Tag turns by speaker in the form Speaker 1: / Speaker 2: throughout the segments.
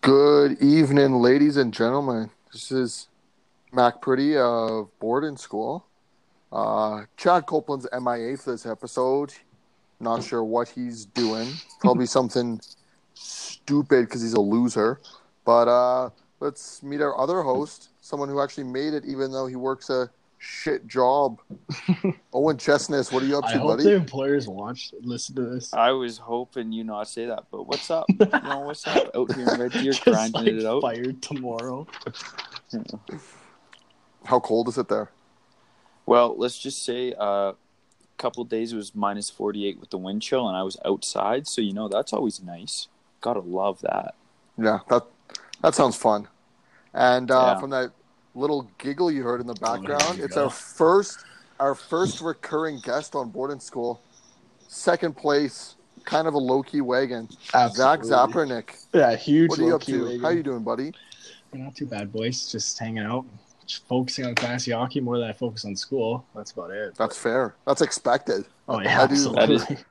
Speaker 1: Good evening, ladies and gentlemen. This is Mac Pretty of Boarding School. Uh, Chad Copeland's MIA for this episode. Not sure what he's doing. Probably something stupid because he's a loser. But uh, let's meet our other host, someone who actually made it, even though he works a shit job. Owen Chestnut, what are you up
Speaker 2: I
Speaker 1: to,
Speaker 2: hope
Speaker 1: buddy?
Speaker 2: the employers watch listen to this.
Speaker 3: I was hoping you not say that, but what's up? you know, what's up out here in Red Deer
Speaker 2: Just,
Speaker 3: grinding
Speaker 2: like,
Speaker 3: it out?
Speaker 2: Fired tomorrow.
Speaker 1: How cold is it there?
Speaker 3: Well, let's just say uh, a couple days it was minus 48 with the wind chill, and I was outside, so you know that's always nice. Gotta love that.
Speaker 1: Yeah, that that sounds fun. And uh,
Speaker 3: Yeah.
Speaker 1: from that little giggle you heard in the
Speaker 2: Oh, here
Speaker 1: background,
Speaker 2: we
Speaker 1: it's
Speaker 2: go.
Speaker 1: our first our first recurring guest on boarding school. Second place, kind of a low key wagon. Zach
Speaker 2: Absolutely.
Speaker 1: Zapernick.
Speaker 2: Yeah, huge.
Speaker 1: What are you up
Speaker 2: low-key
Speaker 1: to?
Speaker 2: wagon.
Speaker 1: How you doing, buddy?
Speaker 2: We're not too bad, boys. Just hanging out, just focusing on classy hockey more than I focus on school. That's about it.
Speaker 1: That's fair. That's expected.
Speaker 2: oh yeah,
Speaker 1: how do you-
Speaker 3: That
Speaker 2: absolutely.
Speaker 3: is-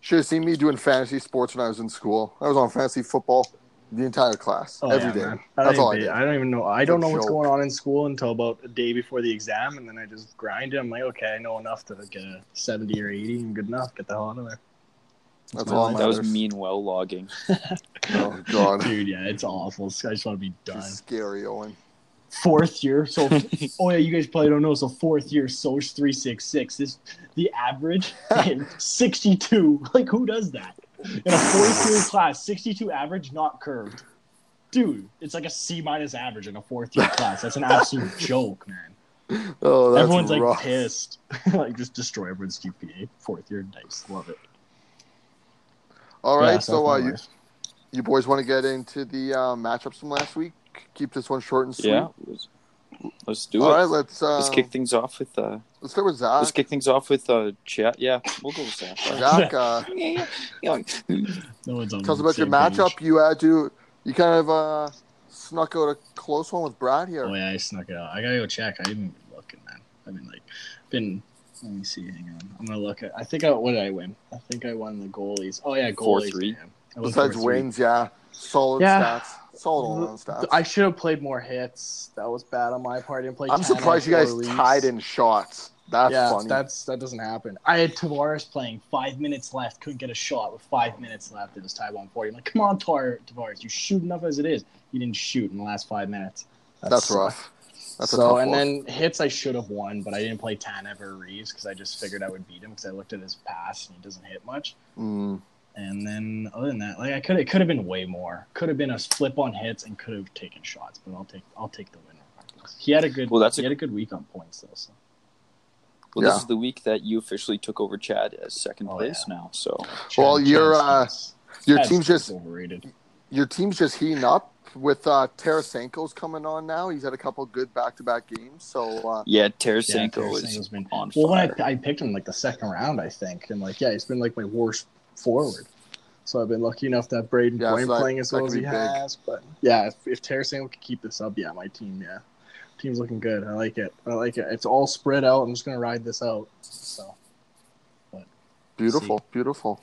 Speaker 1: Should have seen me doing fantasy sports when I was in school. I was on fantasy football the entire class.
Speaker 2: Oh,
Speaker 1: every
Speaker 2: yeah,
Speaker 1: day.
Speaker 2: man. I
Speaker 1: That's
Speaker 2: don't
Speaker 1: all I
Speaker 2: even-
Speaker 1: did.
Speaker 2: I don't even know. I
Speaker 1: It's
Speaker 2: don't
Speaker 1: a
Speaker 2: know what's
Speaker 1: joke.
Speaker 2: going on in school until about a day before the exam, and then I just grind it. I'm like, okay, I know enough to get a 70 or 80 and good enough. Get the hell out of there.
Speaker 1: That's
Speaker 2: my
Speaker 1: all
Speaker 2: life.
Speaker 1: that
Speaker 3: That was mean well logging.
Speaker 1: Oh god.
Speaker 2: Dude, yeah, it's awful. I just want to be
Speaker 1: You're
Speaker 2: done.
Speaker 1: scary, Owen.
Speaker 2: fourth year. So, oh yeah, you guys probably don't know. So fourth year, Soch three six six. This the average sixty two. Like who does that in a fourth year class? Sixty two average, not curved. Dude, it's like a C minus average in a fourth year class. That's an absolute joke, man.
Speaker 1: Oh, that's
Speaker 2: Everyone's like
Speaker 1: rough.
Speaker 2: pissed. like just destroy everyone's GPA. Fourth year, nice, love it.
Speaker 1: All right,
Speaker 2: Yeah,
Speaker 1: so
Speaker 2: that's
Speaker 1: uh,
Speaker 2: my
Speaker 1: you,
Speaker 2: life.
Speaker 1: You boys want to get into the uh, matchups from last week? Keep this one short and sweet.
Speaker 3: Yeah, let's, let's do
Speaker 1: All
Speaker 3: it.
Speaker 1: right, let's uh,
Speaker 3: let's kick things off with uh,
Speaker 1: let's start with Zach.
Speaker 3: let's kick things off with uh, chat. Yeah, we'll go with that.
Speaker 1: Zach, uh,
Speaker 3: Yeah, yeah, yeah.
Speaker 2: no one's on
Speaker 1: tell us
Speaker 2: the
Speaker 1: about your
Speaker 2: same
Speaker 1: matchup.
Speaker 2: page.
Speaker 1: You had to, you kind of uh, snuck out a close one with Brad here.
Speaker 2: Oh yeah, I snuck it out. I gotta go check. I haven't been looking, man. I've been like, been. Let me see. Hang on. I'm gonna look at. I think I. What did I win? I think I won the goalies. Oh yeah, goalies.
Speaker 3: 4-3.
Speaker 2: damn. I won
Speaker 1: Besides
Speaker 2: 4-3.
Speaker 1: wins, yeah, solid
Speaker 2: Yeah.
Speaker 1: stats, solid all around stats.
Speaker 2: I should have played more hits. That was bad on my part. I didn't play.
Speaker 1: I'm
Speaker 2: 10
Speaker 1: surprised you guys
Speaker 2: goalies.
Speaker 1: tied in shots. That's
Speaker 2: yeah,
Speaker 1: funny.
Speaker 2: that's that doesn't happen. I had Tavares playing five minutes left, couldn't get a shot with five minutes left. It was tied one forty. I'm like, come on, Tar- Tavares, you shoot enough as it is. You didn't shoot in the last five minutes. That
Speaker 1: That's
Speaker 2: sucked.
Speaker 1: rough. That's a
Speaker 2: so
Speaker 1: tough
Speaker 2: and
Speaker 1: one.
Speaker 2: then hits I should have won, but I didn't play Tanev or Reeves because I just figured I would beat him because I looked at his pass and he doesn't hit much.
Speaker 1: Mm,
Speaker 2: And then other than that, like I could it could have been way more. Could have been a flip on hits and could have taken shots, but I'll take I'll take the win. regardless. He had a good
Speaker 3: Well, that's
Speaker 2: he
Speaker 3: a-
Speaker 2: had a good week on points though. So
Speaker 3: Well,
Speaker 1: Yeah.
Speaker 3: this is the week that you officially took over Chad as second
Speaker 2: Oh,
Speaker 3: place now. So
Speaker 1: Well, you're, uh,
Speaker 2: Chad's-
Speaker 1: your
Speaker 2: Chad's
Speaker 1: team's just
Speaker 2: overrated.
Speaker 1: your team's just heating up with uh, Tarasenko's coming on now. He's had a couple good back-to-back games, so uh,
Speaker 3: yeah,
Speaker 2: Yeah,
Speaker 3: Tarasenko is
Speaker 2: Tarasenko's been
Speaker 3: on
Speaker 2: Well, when
Speaker 3: fire.
Speaker 2: I, I picked him like the second round, I think, and like yeah, he's been like my worst forward. So I've been lucky enough to have Braden
Speaker 1: Yeah,
Speaker 2: Point
Speaker 1: so that-
Speaker 2: playing as
Speaker 1: that
Speaker 2: well
Speaker 1: could
Speaker 2: as
Speaker 1: be
Speaker 2: he
Speaker 1: big.
Speaker 2: has. But yeah, if, if Tarasenko could keep this up, yeah, my team, yeah, team's looking good. I like it. I like it. It's all spread out. I'm just gonna ride this out. So
Speaker 1: beautiful, beautiful.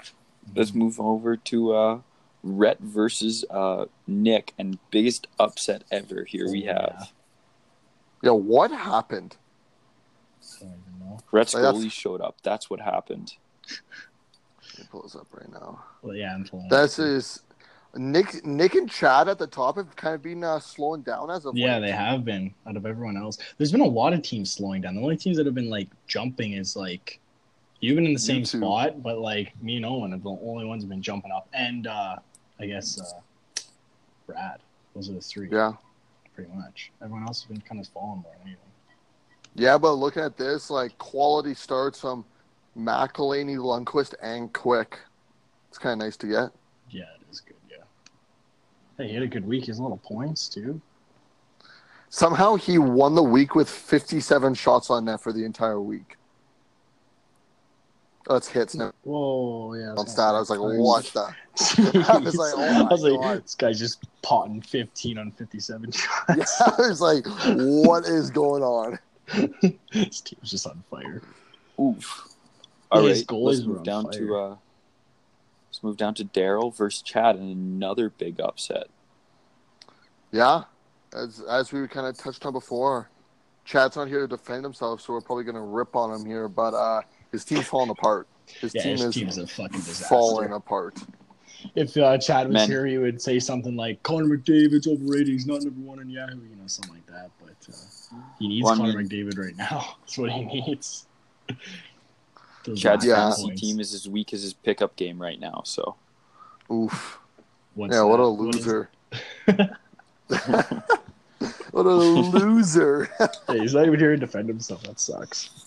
Speaker 3: Let's move over to uh, Rhett versus uh, Nick and biggest upset ever. Here we
Speaker 2: Oh,
Speaker 3: have
Speaker 2: yeah.
Speaker 1: Yeah, what happened?
Speaker 2: I don't even know.
Speaker 3: Rhett's
Speaker 1: Like, that's-
Speaker 3: goalie showed up. That's what happened.
Speaker 1: Let me pull this up right now.
Speaker 2: Well, yeah, I'm pulling.
Speaker 1: This is Nick. Nick and Chad at the top have kind of been uh, slowing down as of
Speaker 2: Yeah,
Speaker 1: late.
Speaker 2: they have been out of everyone else. There's been a lot of teams slowing down. The only teams that have been like jumping is like you've been in the same
Speaker 1: You two.
Speaker 2: spot, but like me and Owen have the only ones who've been jumping up. And uh I guess uh Brad. Those are the three
Speaker 1: Yeah,
Speaker 2: pretty much. Everyone else has been kind of falling more than anything.
Speaker 1: yeah. But looking at this, like quality starts from McElhaney, Lundqvist, and Quick. It's kind of nice to get.
Speaker 2: Yeah, it is good, yeah. Hey, he had a good week. He has a lot of points too.
Speaker 1: Somehow he won the week with 57 shots on net for the entire week. That's hits now.
Speaker 2: Whoa, yeah.
Speaker 1: On stat, I was like, what the?
Speaker 2: Jeez.
Speaker 1: I was like, oh
Speaker 2: I
Speaker 1: my
Speaker 2: was like,
Speaker 1: God.
Speaker 2: this guy's just potting 15 on 57 shots.
Speaker 1: Yeah, I was like, what is going on?
Speaker 2: His team's just on fire.
Speaker 3: Oof.
Speaker 2: Yeah,
Speaker 3: All right,
Speaker 2: his goalies
Speaker 3: let's
Speaker 2: were
Speaker 3: move
Speaker 2: on
Speaker 3: down
Speaker 2: fire.
Speaker 3: to uh, Let's move down to Daryl versus Chad in another big upset.
Speaker 1: Yeah, as as we kind of touched on before, Chad's not here to defend himself, so we're probably going to rip on him here. But uh, his team's falling apart. His
Speaker 2: Yeah,
Speaker 1: team
Speaker 2: his
Speaker 1: is
Speaker 2: team is a fucking disaster.
Speaker 1: falling apart.
Speaker 2: If uh, Chad was
Speaker 3: Men.
Speaker 2: here, he would say something like, Connor McDavid's overrated. He's not number one in Yahoo, you know, something like that. But uh, he needs
Speaker 3: Well, I
Speaker 2: Connor
Speaker 3: mean-
Speaker 2: McDavid right now. That's what he needs. Those
Speaker 3: Chad's
Speaker 1: Yeah.
Speaker 2: last
Speaker 3: fantasy
Speaker 2: points.
Speaker 3: team is as weak as his pickup game right now. So
Speaker 1: Oof.
Speaker 2: What's
Speaker 1: yeah, what
Speaker 2: that?
Speaker 1: a
Speaker 2: What is-
Speaker 1: loser. what a loser.
Speaker 2: Hey, he's not even here to defend himself. That sucks.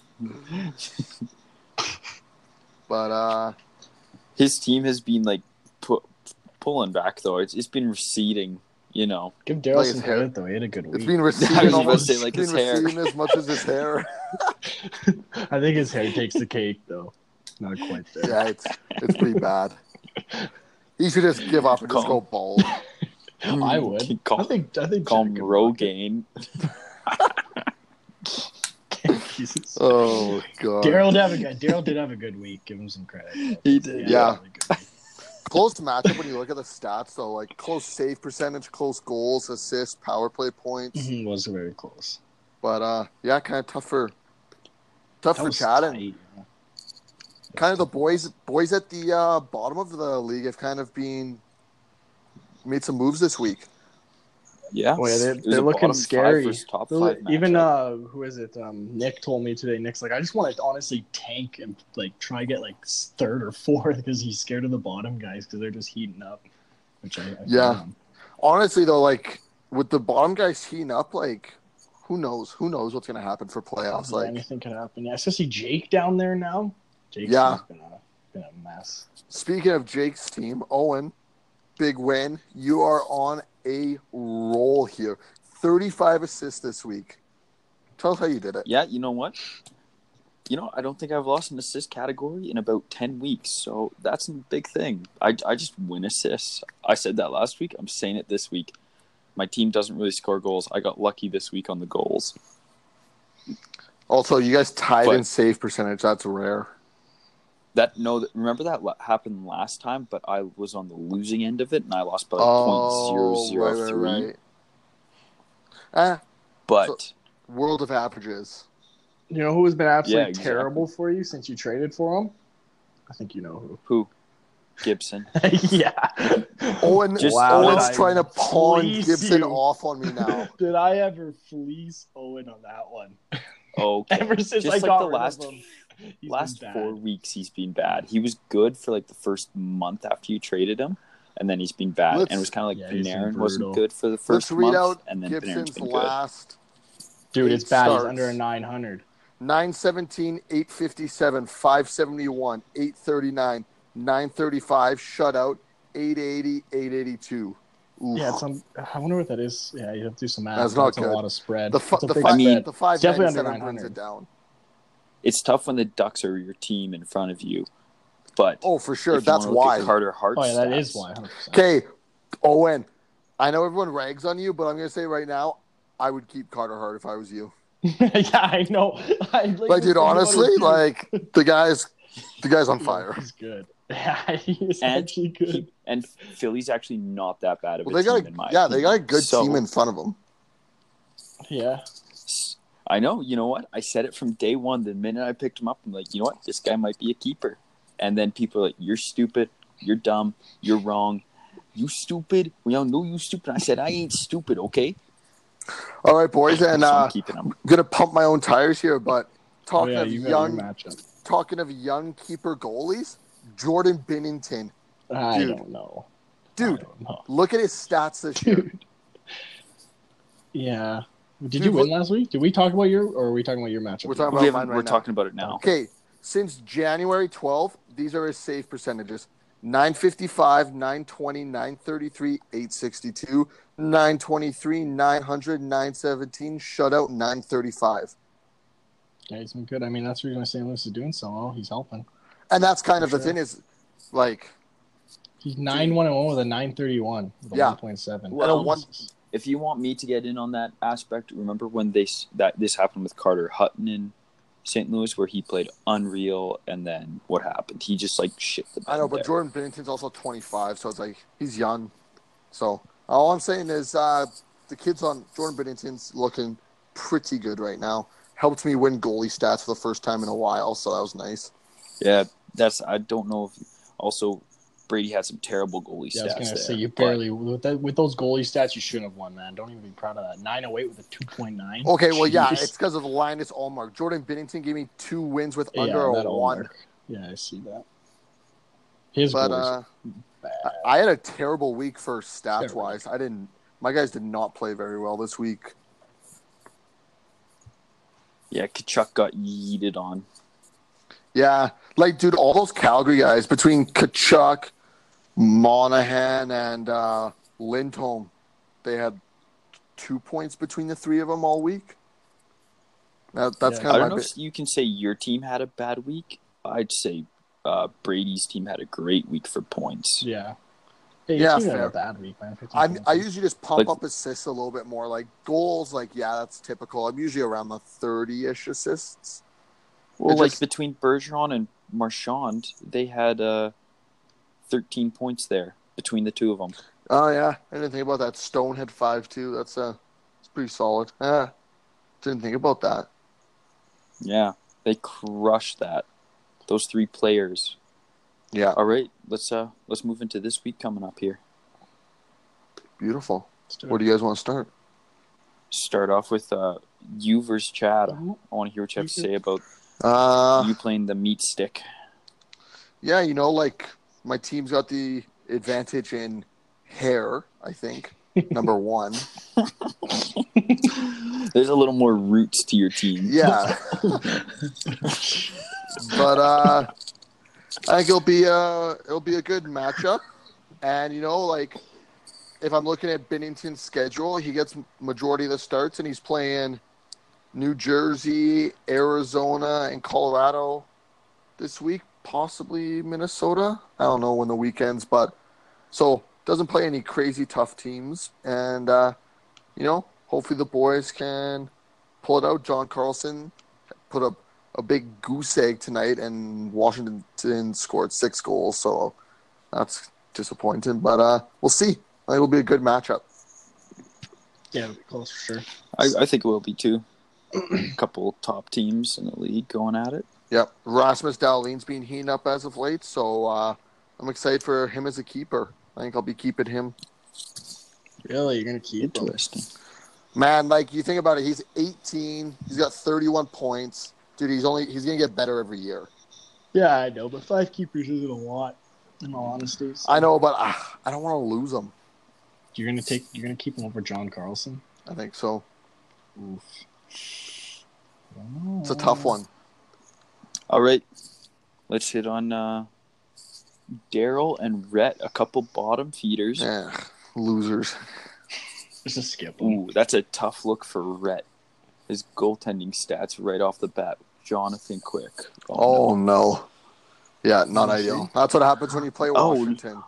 Speaker 1: but uh
Speaker 3: his team has been like pu- pulling back though. It's it's been receding. You know,
Speaker 2: Give Daryl
Speaker 1: Like his
Speaker 2: some
Speaker 1: hair-
Speaker 2: credit, though. He had a good
Speaker 1: it's
Speaker 2: week.
Speaker 1: been
Speaker 3: I
Speaker 1: receiving
Speaker 3: was about to
Speaker 1: almost
Speaker 3: say, like,
Speaker 1: been
Speaker 3: his hair.
Speaker 1: receiving as much as his hair.
Speaker 2: I think his hair takes the cake, though. Not quite there.
Speaker 1: Yeah, it's it's pretty bad. He should just give up and just go
Speaker 3: Call.
Speaker 1: bald.
Speaker 2: I would.
Speaker 3: call,
Speaker 2: I think. I think.
Speaker 3: call
Speaker 2: Jack
Speaker 3: him
Speaker 2: could
Speaker 3: Rogaine.
Speaker 2: rock it. Jesus.
Speaker 1: Oh god.
Speaker 2: Daryl did have a good. Daryl did have a good week. Give him some credit.
Speaker 3: He did.
Speaker 1: Yeah.
Speaker 2: really good week.
Speaker 1: Close matchup when you look at the stats though, like close save percentage, close goals, assists, power play points.
Speaker 2: Mhm, was very close.
Speaker 1: But uh yeah, kinda tough for tough
Speaker 2: That
Speaker 1: for
Speaker 2: was
Speaker 1: Chad and
Speaker 2: tight.
Speaker 1: kind of the boys boys at the uh, bottom of the league have kind of been made some moves this week.
Speaker 3: Yeah,
Speaker 2: Oh yeah, they're,
Speaker 3: It was a
Speaker 2: they're looking
Speaker 3: bottom five
Speaker 2: scary.
Speaker 3: versus top
Speaker 2: They're-
Speaker 3: five
Speaker 2: Even
Speaker 3: matchup.
Speaker 2: uh, who is it? Um, Nick told me today. Nick's like, I just want to honestly tank and like try to get like s- third or fourth because he's scared of the bottom guys because they're just heating up. Which I, I
Speaker 1: Yeah.
Speaker 2: found.
Speaker 1: Honestly, though, like with the bottom guys heating up, like who knows? Who knows what's going to happen for playoffs?
Speaker 2: Yeah,
Speaker 1: Like
Speaker 2: anything could happen. Yeah, especially Jake down there now. Jake's
Speaker 1: Yeah.
Speaker 2: just been a, been a mess.
Speaker 1: speaking of Jake's team, Owen, big win. You are on a roll here. Thirty-five assists this week. Tell us how you did it.
Speaker 3: Yeah, you know what? You know, I don't think I've lost an assist category in about 10 weeks. So that's a big thing. I, I just win assists. I said that last week. I'm saying it this week. My team doesn't really score goals. I got lucky this week on the goals.
Speaker 1: Also, you guys tied
Speaker 3: But-
Speaker 1: in save percentage. That's rare.
Speaker 3: That no, that, remember that la- happened last time, but I was on the losing end of it, and I lost by
Speaker 1: Oh,
Speaker 3: point zero zero
Speaker 2: Oh,
Speaker 3: three.
Speaker 1: right, right, right. Ah,
Speaker 3: But
Speaker 1: world of averages.
Speaker 2: You know who has been absolutely
Speaker 3: exactly.
Speaker 2: terrible for you since you traded for him? I think you know who.
Speaker 3: who? Gibson.
Speaker 2: yeah.
Speaker 1: Owen,
Speaker 3: Just-
Speaker 2: Wow,
Speaker 1: Owen's
Speaker 2: I
Speaker 1: trying to pawn
Speaker 2: fleece
Speaker 1: Gibson
Speaker 2: you.
Speaker 1: off on me now.
Speaker 2: Did I ever fleece Owen on that one?
Speaker 3: Okay.
Speaker 2: Ever since
Speaker 3: Just
Speaker 2: I
Speaker 3: like
Speaker 2: got
Speaker 3: the
Speaker 2: rid of
Speaker 3: last
Speaker 2: him, he's been
Speaker 3: last
Speaker 2: bad.
Speaker 3: four weeks he's been bad. He was good for like the first month after you traded him, and then he's been bad.
Speaker 1: Let's-
Speaker 3: and it was kind of like
Speaker 2: Yeah, he's been
Speaker 3: Panarin
Speaker 2: brutal.
Speaker 3: wasn't good for the 1st
Speaker 1: Let's read
Speaker 3: month,
Speaker 1: out
Speaker 3: and then Panarin's
Speaker 1: Gibson's
Speaker 3: been
Speaker 1: last
Speaker 2: Dude,
Speaker 1: Eight
Speaker 2: it's bad.
Speaker 1: starts.
Speaker 2: He's under a 900.
Speaker 1: 917, 857, 571, 839, 935, shutout, 880, 882. Oof.
Speaker 2: Yeah, it's on, I wonder what that is. Yeah, you have to do some math.
Speaker 1: That's not
Speaker 2: That's a
Speaker 1: good.
Speaker 2: lot of spread.
Speaker 1: the, fi-
Speaker 2: That's a
Speaker 1: the,
Speaker 2: big
Speaker 1: fi-
Speaker 3: I mean,
Speaker 2: spread.
Speaker 1: the 597
Speaker 2: definitely under
Speaker 1: brings it
Speaker 2: 900.
Speaker 1: down.
Speaker 3: good. It's tough when the Ducks are your team in front of you, but
Speaker 1: Oh, for sure.
Speaker 3: if you
Speaker 1: That's
Speaker 3: wanna look at
Speaker 1: why.
Speaker 3: Carter Hart.
Speaker 2: oh, yeah, that
Speaker 3: stats,
Speaker 2: is why. 100%.
Speaker 1: Okay, Owen, I know everyone rags on you, but I'm going to say right now, I would keep Carter Hart if I was you.
Speaker 2: yeah, I know. I,
Speaker 1: Like, dude,
Speaker 2: I wanna
Speaker 1: honestly,
Speaker 2: do-
Speaker 1: like, the guy's, the guy's on
Speaker 2: Yeah,
Speaker 1: fire.
Speaker 2: He's good. Yeah, he's
Speaker 3: And
Speaker 2: actually good.
Speaker 3: He- and Philly's actually not that bad of
Speaker 1: Well,
Speaker 3: a
Speaker 1: they
Speaker 3: team
Speaker 1: got a,
Speaker 3: in my
Speaker 1: yeah, they got a
Speaker 3: opinion.
Speaker 1: good
Speaker 3: So-
Speaker 1: team in front of them.
Speaker 2: Yeah,
Speaker 3: S- I know. You know what? I said it from day one. The minute I picked him up, I'm like, you know what? This guy might be a keeper. And then people are like, you're stupid. You're dumb. You're wrong. You stupid. We all knew you stupid. I said, I ain't stupid, okay?
Speaker 1: All right, boys, and
Speaker 3: so I'm
Speaker 1: uh,
Speaker 3: keeping him.
Speaker 1: gonna pump my own tires here, but
Speaker 2: oh,
Speaker 1: talking
Speaker 2: yeah,
Speaker 1: of
Speaker 2: you got your
Speaker 1: young,
Speaker 2: matchup.
Speaker 1: talking of young keeper goalies, Jordan Binnington,
Speaker 2: I
Speaker 1: Dude.
Speaker 2: don't know, I
Speaker 1: dude,
Speaker 2: don't know.
Speaker 1: look at his stats this year.
Speaker 2: dude. Yeah, did
Speaker 1: Dude,
Speaker 2: you win
Speaker 1: look-
Speaker 2: last week? Did we talk about your, or are we talking about your matchup?
Speaker 1: We're talking about
Speaker 3: We haven't-
Speaker 1: mine right
Speaker 3: we're
Speaker 1: now.
Speaker 3: talking about it now.
Speaker 1: Okay, since January 12th, these are his save percentages. 955, 920, 933, 862, 923, 900, 917, shutout 935.
Speaker 2: Yeah, he's been good. I mean, that's the reason why St. Louis is doing so well. He's helping.
Speaker 1: And that's kind of
Speaker 2: For
Speaker 1: the
Speaker 2: sure.
Speaker 1: thing is like
Speaker 2: He's nine one and one with a nine thirty one.
Speaker 1: Yeah.
Speaker 2: one point seven.
Speaker 3: Well-
Speaker 1: And a one-
Speaker 3: If you want me to get in on that aspect, remember when they s- that this happened with Carter Hutton and St. Louis where he played unreal, and then what happened? He just like shit the
Speaker 1: I know,
Speaker 3: bed
Speaker 1: but
Speaker 3: there.
Speaker 1: Jordan Bennington's also 25, so it's like he's young. So all I'm saying is uh, the kids on Jordan Bennington's looking pretty good right now. Helped me win goalie stats for the first time in a while, so that was nice.
Speaker 3: yeah, that's I don't know if also Brady had some terrible goalie
Speaker 2: Yeah, I
Speaker 3: stats.
Speaker 2: was gonna
Speaker 3: there,
Speaker 2: say you
Speaker 3: but-
Speaker 2: barely with that, with those goalie stats you shouldn't have won, man. Don't even be proud of that. Nine oh eight with a two point nine.
Speaker 1: Okay, well, yeah, it's because of Linus Allmark. Jordan Bennington gave me two wins with under a one.
Speaker 2: Yeah, I see that. His
Speaker 1: But
Speaker 2: goals.
Speaker 1: uh,
Speaker 2: bad.
Speaker 1: I- I had a terrible week for stats
Speaker 2: Terrible.
Speaker 1: wise. I didn't. My guys did not play very well this week.
Speaker 3: yeah, Kachuk got yeeted on.
Speaker 1: Yeah, like dude, all those Calgary guys between Kachuk, Monahan, and uh, Lindholm, they had two points between the three of them all week. That, that's
Speaker 2: Yeah.
Speaker 1: kind
Speaker 3: I don't
Speaker 1: of
Speaker 3: know
Speaker 1: my bit.
Speaker 3: if you can say your team had a bad week. I'd say uh, Brady's team had a great week for points.
Speaker 2: yeah. Hey,
Speaker 1: Yeah,
Speaker 2: yeah, it's
Speaker 1: fair.
Speaker 2: a bad week, man. 15
Speaker 1: I'm, I
Speaker 2: points.
Speaker 1: usually just pump
Speaker 3: Like-
Speaker 1: up assists a little bit more. Like goals, like yeah, that's typical. I'm usually around the thirty-ish assists.
Speaker 3: Well,
Speaker 1: It
Speaker 3: like
Speaker 1: just-
Speaker 3: between Bergeron and Marchand, they had uh, 13 points there between the two of them.
Speaker 1: Oh yeah, I didn't think about that. Stone had five too. That's uh, it's pretty solid. Yeah, didn't think about that.
Speaker 3: Yeah, they crushed that. Those three players.
Speaker 1: Yeah,
Speaker 3: All right, let's uh let's move into this week coming up here.
Speaker 1: beautiful.
Speaker 2: Let's do it.
Speaker 1: Where do you guys want to start?
Speaker 3: Start off with uh you versus Chad. I
Speaker 2: Ooh,
Speaker 3: want to hear what you have to
Speaker 2: You-
Speaker 3: say about
Speaker 1: Uh,
Speaker 3: you playing the meat stick.
Speaker 1: Yeah, you know, like my team's got the advantage in hair, I think. Number one.
Speaker 3: There's a little more roots to your team.
Speaker 1: Yeah. but uh I think it'll be a it'll be a good matchup. And you know, like if I'm looking at Bennington's schedule, he gets majority of the starts and he's playing New Jersey, Arizona, and Colorado this week, possibly Minnesota. I don't know when the weekends, but so doesn't play any crazy tough teams and uh you know, hopefully the boys can pull it out. John Carlson put up a big goose egg tonight, and Washington scored six goals, so that's disappointing. But uh, we'll see. I think it'll be a good matchup.
Speaker 2: yeah, it'll be close for sure.
Speaker 3: I, I think it will be too. a couple top teams in the league going at it.
Speaker 1: Yep, Rasmus Dahlin's been heating up as of late, so uh, I'm excited for him as a keeper. I think I'll be keeping him.
Speaker 2: Really, you're gonna keep him?
Speaker 3: Interesting.
Speaker 1: Man, like you think about it, he's 18. He's got 31 points, dude. He's only he's gonna get better every year.
Speaker 2: Yeah, I know, but five keepers isn't a lot. In all honesty, so-
Speaker 1: I know, but uh, I don't want to lose him.
Speaker 2: you're gonna take. You're gonna keep him over John Carlson.
Speaker 1: I think so.
Speaker 2: Oof.
Speaker 1: It's a tough
Speaker 2: Mm.
Speaker 1: one.
Speaker 3: All right, let's hit on uh, Daryl and Rhett, a couple bottom feeders.
Speaker 1: Yeah, losers.
Speaker 2: Just a skip. him.
Speaker 3: Ooh, that's a tough look for Rhett. His goaltending stats right off the bat. Jonathan Quick. no.
Speaker 1: Oh no. Yeah, not
Speaker 2: Oh,
Speaker 1: ideal. That's what happens when you play
Speaker 3: Oh.
Speaker 1: Washington.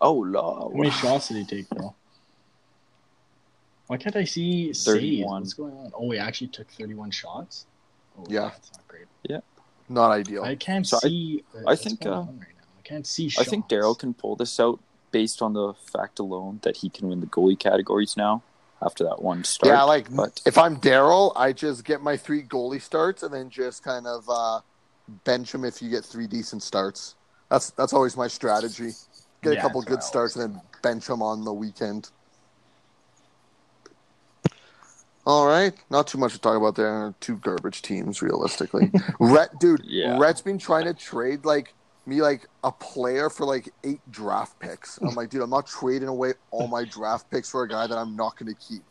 Speaker 3: oh Lord.
Speaker 2: How many shots did he take, though? Why can't I see saves?
Speaker 3: 31.
Speaker 2: What's going on? Oh, he actually took 31 shots. Oh,
Speaker 1: Yeah.
Speaker 2: that's not great.
Speaker 1: Not ideal.
Speaker 2: I can't
Speaker 3: So I-
Speaker 2: see. uh,
Speaker 3: I
Speaker 2: what's
Speaker 3: think,
Speaker 2: going
Speaker 3: uh,
Speaker 2: on right now. I can't see.
Speaker 3: I
Speaker 2: Shots.
Speaker 3: think Daryl can pull this out based on the fact alone that he can win the goalie categories now after that one start.
Speaker 1: yeah, like
Speaker 3: but-
Speaker 1: if I'm Daryl, I just get my three goalie starts and then just kind of uh, bench him if you get three decent starts. That's that's always my strategy. Get a
Speaker 2: Yeah,
Speaker 1: couple
Speaker 2: that's what
Speaker 1: good
Speaker 2: I
Speaker 1: starts
Speaker 2: always
Speaker 1: and then bench him on the weekend. All right, not too much to talk about there. Two garbage teams, realistically. Rhett, dude,
Speaker 3: Yeah.
Speaker 1: Rhett's been trying to trade like me like a player for like eight draft picks. I'm like, dude, I'm not trading away all my draft picks for a guy that I'm not going to keep.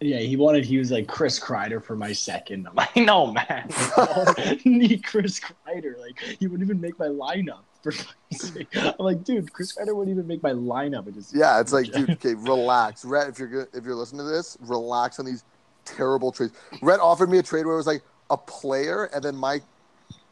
Speaker 2: Yeah, he wanted. He was like Chris Kreider for my second. I'm like, no, man. I don't need Chris Kreider. Like, he wouldn't even make my lineup. For fuck's sake. I'm like, dude, Chris Kreider wouldn't even make my lineup. I just
Speaker 1: Yeah, it's like, dude, okay, relax, Rhett. If you're good, if you're listening to this, relax on these terrible trades. Rhett offered me a trade where it was like a player, and then my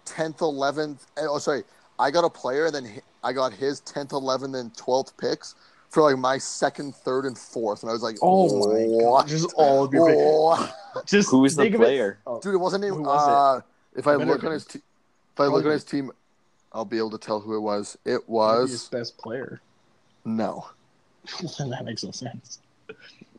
Speaker 1: tenth, eh, eleventh. Oh, sorry, I got a player, and then hi- I got his tenth, eleventh, and twelfth picks for like my second, third, and fourth, and I was like,
Speaker 2: Oh my god!
Speaker 1: what?
Speaker 2: Just all of your
Speaker 1: What?
Speaker 2: Just
Speaker 3: Who is the
Speaker 2: think of it- oh,
Speaker 3: player?
Speaker 1: Dude, it wasn't even.
Speaker 2: Who was
Speaker 1: uh, If I
Speaker 2: Better
Speaker 1: look on
Speaker 2: than-
Speaker 1: his, te- if I look
Speaker 2: Probably.
Speaker 1: on his team, I'll be able to tell who it was. It
Speaker 2: Maybe his
Speaker 1: was
Speaker 2: best player.
Speaker 1: no,
Speaker 2: that makes no sense.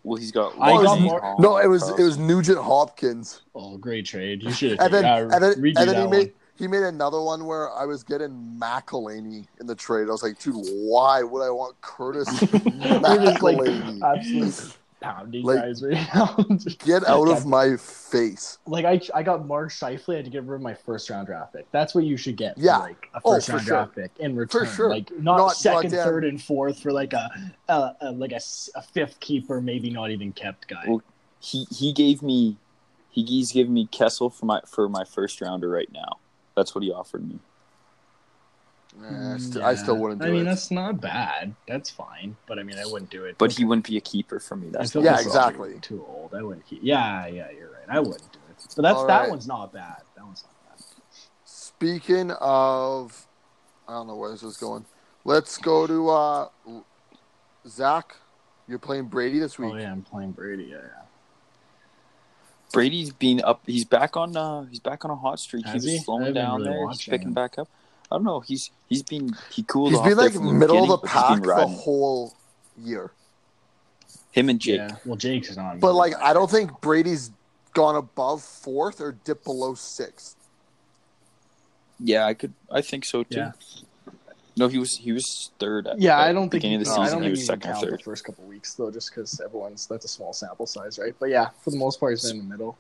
Speaker 3: Well, he's got.
Speaker 2: I
Speaker 1: got
Speaker 3: Lindsay
Speaker 2: more-
Speaker 3: Hall,
Speaker 1: no. It was
Speaker 3: Carlson.
Speaker 1: it was Nugent Hopkins.
Speaker 2: Oh, great trade! You should
Speaker 1: And
Speaker 2: have
Speaker 1: then,
Speaker 2: yeah,
Speaker 1: and then,
Speaker 2: redo
Speaker 1: and then
Speaker 2: that
Speaker 1: he
Speaker 2: one.
Speaker 1: made he made another one where I was getting McElhaney in the trade. I was like, dude, why would I want Curtis
Speaker 2: We're just like
Speaker 1: McElhaney?
Speaker 2: absolutely pounding
Speaker 1: Like-
Speaker 2: guys right now.
Speaker 1: Get out of my face!
Speaker 2: like I, I got Mark Shifley. I had to give him my first round draft pick. That's what you should get. for,
Speaker 1: Yeah.
Speaker 2: like a
Speaker 1: Oh,
Speaker 2: first
Speaker 1: for
Speaker 2: round
Speaker 1: sure.
Speaker 2: draft pick in return.
Speaker 1: sure.
Speaker 2: Like not,
Speaker 1: Not
Speaker 2: second,
Speaker 1: goddamn-
Speaker 2: third, and fourth for like a, a, a like a, s- a fifth keeper, maybe not even kept guy.
Speaker 3: Well, he he gave me he, he's giving me Kessel for my for my first rounder right now. That's what he offered me.
Speaker 1: Eh, I, st- I
Speaker 2: Yeah.
Speaker 1: still wouldn't do
Speaker 2: I mean,
Speaker 1: it.
Speaker 2: that's not bad. That's fine. But I mean, I wouldn't do it.
Speaker 3: But he wouldn't be a keeper for
Speaker 2: I
Speaker 3: me. That's
Speaker 2: feel
Speaker 1: Yeah,
Speaker 2: this is
Speaker 1: exactly.
Speaker 2: already Too old. I wouldn't. Keep, yeah, yeah, you're right. I wouldn't do it. But that's
Speaker 1: All
Speaker 2: that
Speaker 1: right.
Speaker 2: one's not bad. That one's not bad.
Speaker 1: Speaking of, I don't know where this is going. Let's go to uh, Zach. You're playing Brady this week.
Speaker 2: Oh yeah, I'm playing Brady. Yeah, yeah.
Speaker 3: Brady's been up. He's back on. Uh, he's back on a hot streak.
Speaker 2: Has
Speaker 3: he
Speaker 2: he?
Speaker 3: was slowing
Speaker 2: I haven't
Speaker 3: down
Speaker 2: really
Speaker 3: there. He's
Speaker 2: watched
Speaker 3: picking
Speaker 2: him.
Speaker 3: back up. I don't know. He's he's been he cooled
Speaker 1: He's
Speaker 3: off.
Speaker 1: been
Speaker 3: there
Speaker 1: like
Speaker 3: from the
Speaker 1: middle of the
Speaker 3: beginning, but he's been
Speaker 1: pack the
Speaker 3: riding.
Speaker 1: whole year.
Speaker 3: Him and Jake.
Speaker 2: Yeah. Well, Jake's not.
Speaker 1: But like, I don't think Brady's gone above fourth or dipped below sixth.
Speaker 3: Yeah, I could. I think so too.
Speaker 2: Yeah.
Speaker 3: No, he was he was third. At,
Speaker 2: Yeah,
Speaker 3: at
Speaker 2: I don't think
Speaker 3: beginning
Speaker 2: you-
Speaker 3: of the
Speaker 2: no, I
Speaker 3: season
Speaker 2: don't
Speaker 3: he
Speaker 2: think
Speaker 3: was
Speaker 2: you
Speaker 3: second or
Speaker 2: count
Speaker 3: third.
Speaker 2: The first couple weeks though, just because everyone's that's a small sample size, right? But yeah, for the most part, he's been in the middle.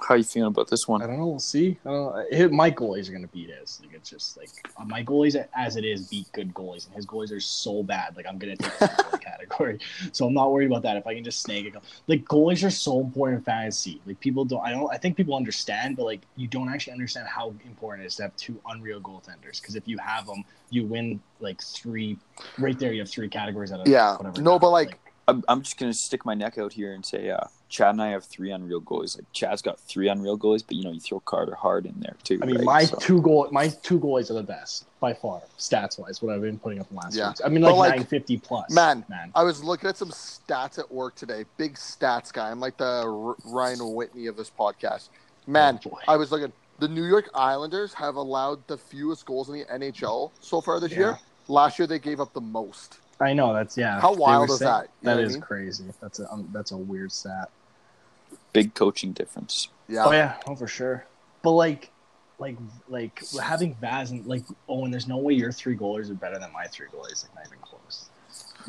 Speaker 3: How you feeling about this
Speaker 2: I
Speaker 3: one?
Speaker 2: don't know. We'll see. I don't. Know. Hit- My goalies are gonna beat his. Like it's just like uh, my goalies as it is beat good goalies, and his goalies are so bad. Like I'm gonna take the goalie category, so I'm not worried about that. If I can just snag a goal, like goalies are so important in fantasy. Like people don't. I don't. I think people understand, but like you don't actually understand how important it is to have two unreal goaltenders. Because if you have them, you win like three. Right there, you have three categories out of
Speaker 1: Yeah.
Speaker 2: Whatever
Speaker 1: No, but, like,
Speaker 3: I'm, I'm just gonna stick my neck out here and say, uh, Chad and I have three unreal goalies. Like Chad's got three unreal goalies, but you know you throw Carter Hard in there too.
Speaker 2: I mean,
Speaker 3: right?
Speaker 2: my
Speaker 3: So-
Speaker 2: two goal, my two goalies are the best by far, stats wise. What I've been putting up the last
Speaker 1: Yeah.
Speaker 2: weeks. I mean,
Speaker 1: But,
Speaker 2: like,
Speaker 1: like,
Speaker 2: 950 plus.
Speaker 1: man,
Speaker 2: man.
Speaker 1: I was looking at some stats at work today. Big stats guy. I'm like the R- Ryan Whitney of this podcast. Man, uh,
Speaker 2: Oh, boy.
Speaker 1: I was looking. The New York Islanders have allowed the fewest goals in the NHL so far this
Speaker 2: Yeah.
Speaker 1: year. Last year they gave up the most.
Speaker 2: I know that's yeah.
Speaker 1: How
Speaker 2: they
Speaker 1: wild
Speaker 2: were
Speaker 1: is
Speaker 2: saying-
Speaker 1: that? You know
Speaker 2: That
Speaker 1: what I
Speaker 2: is
Speaker 1: mean?
Speaker 2: crazy. That's a um, that's a weird stat.
Speaker 3: big coaching difference.
Speaker 1: Yeah.
Speaker 2: Oh yeah, oh for sure. But like, like, like having Vaz and like oh, and there's no way your three goalies are better than my three goalies. Like not even close.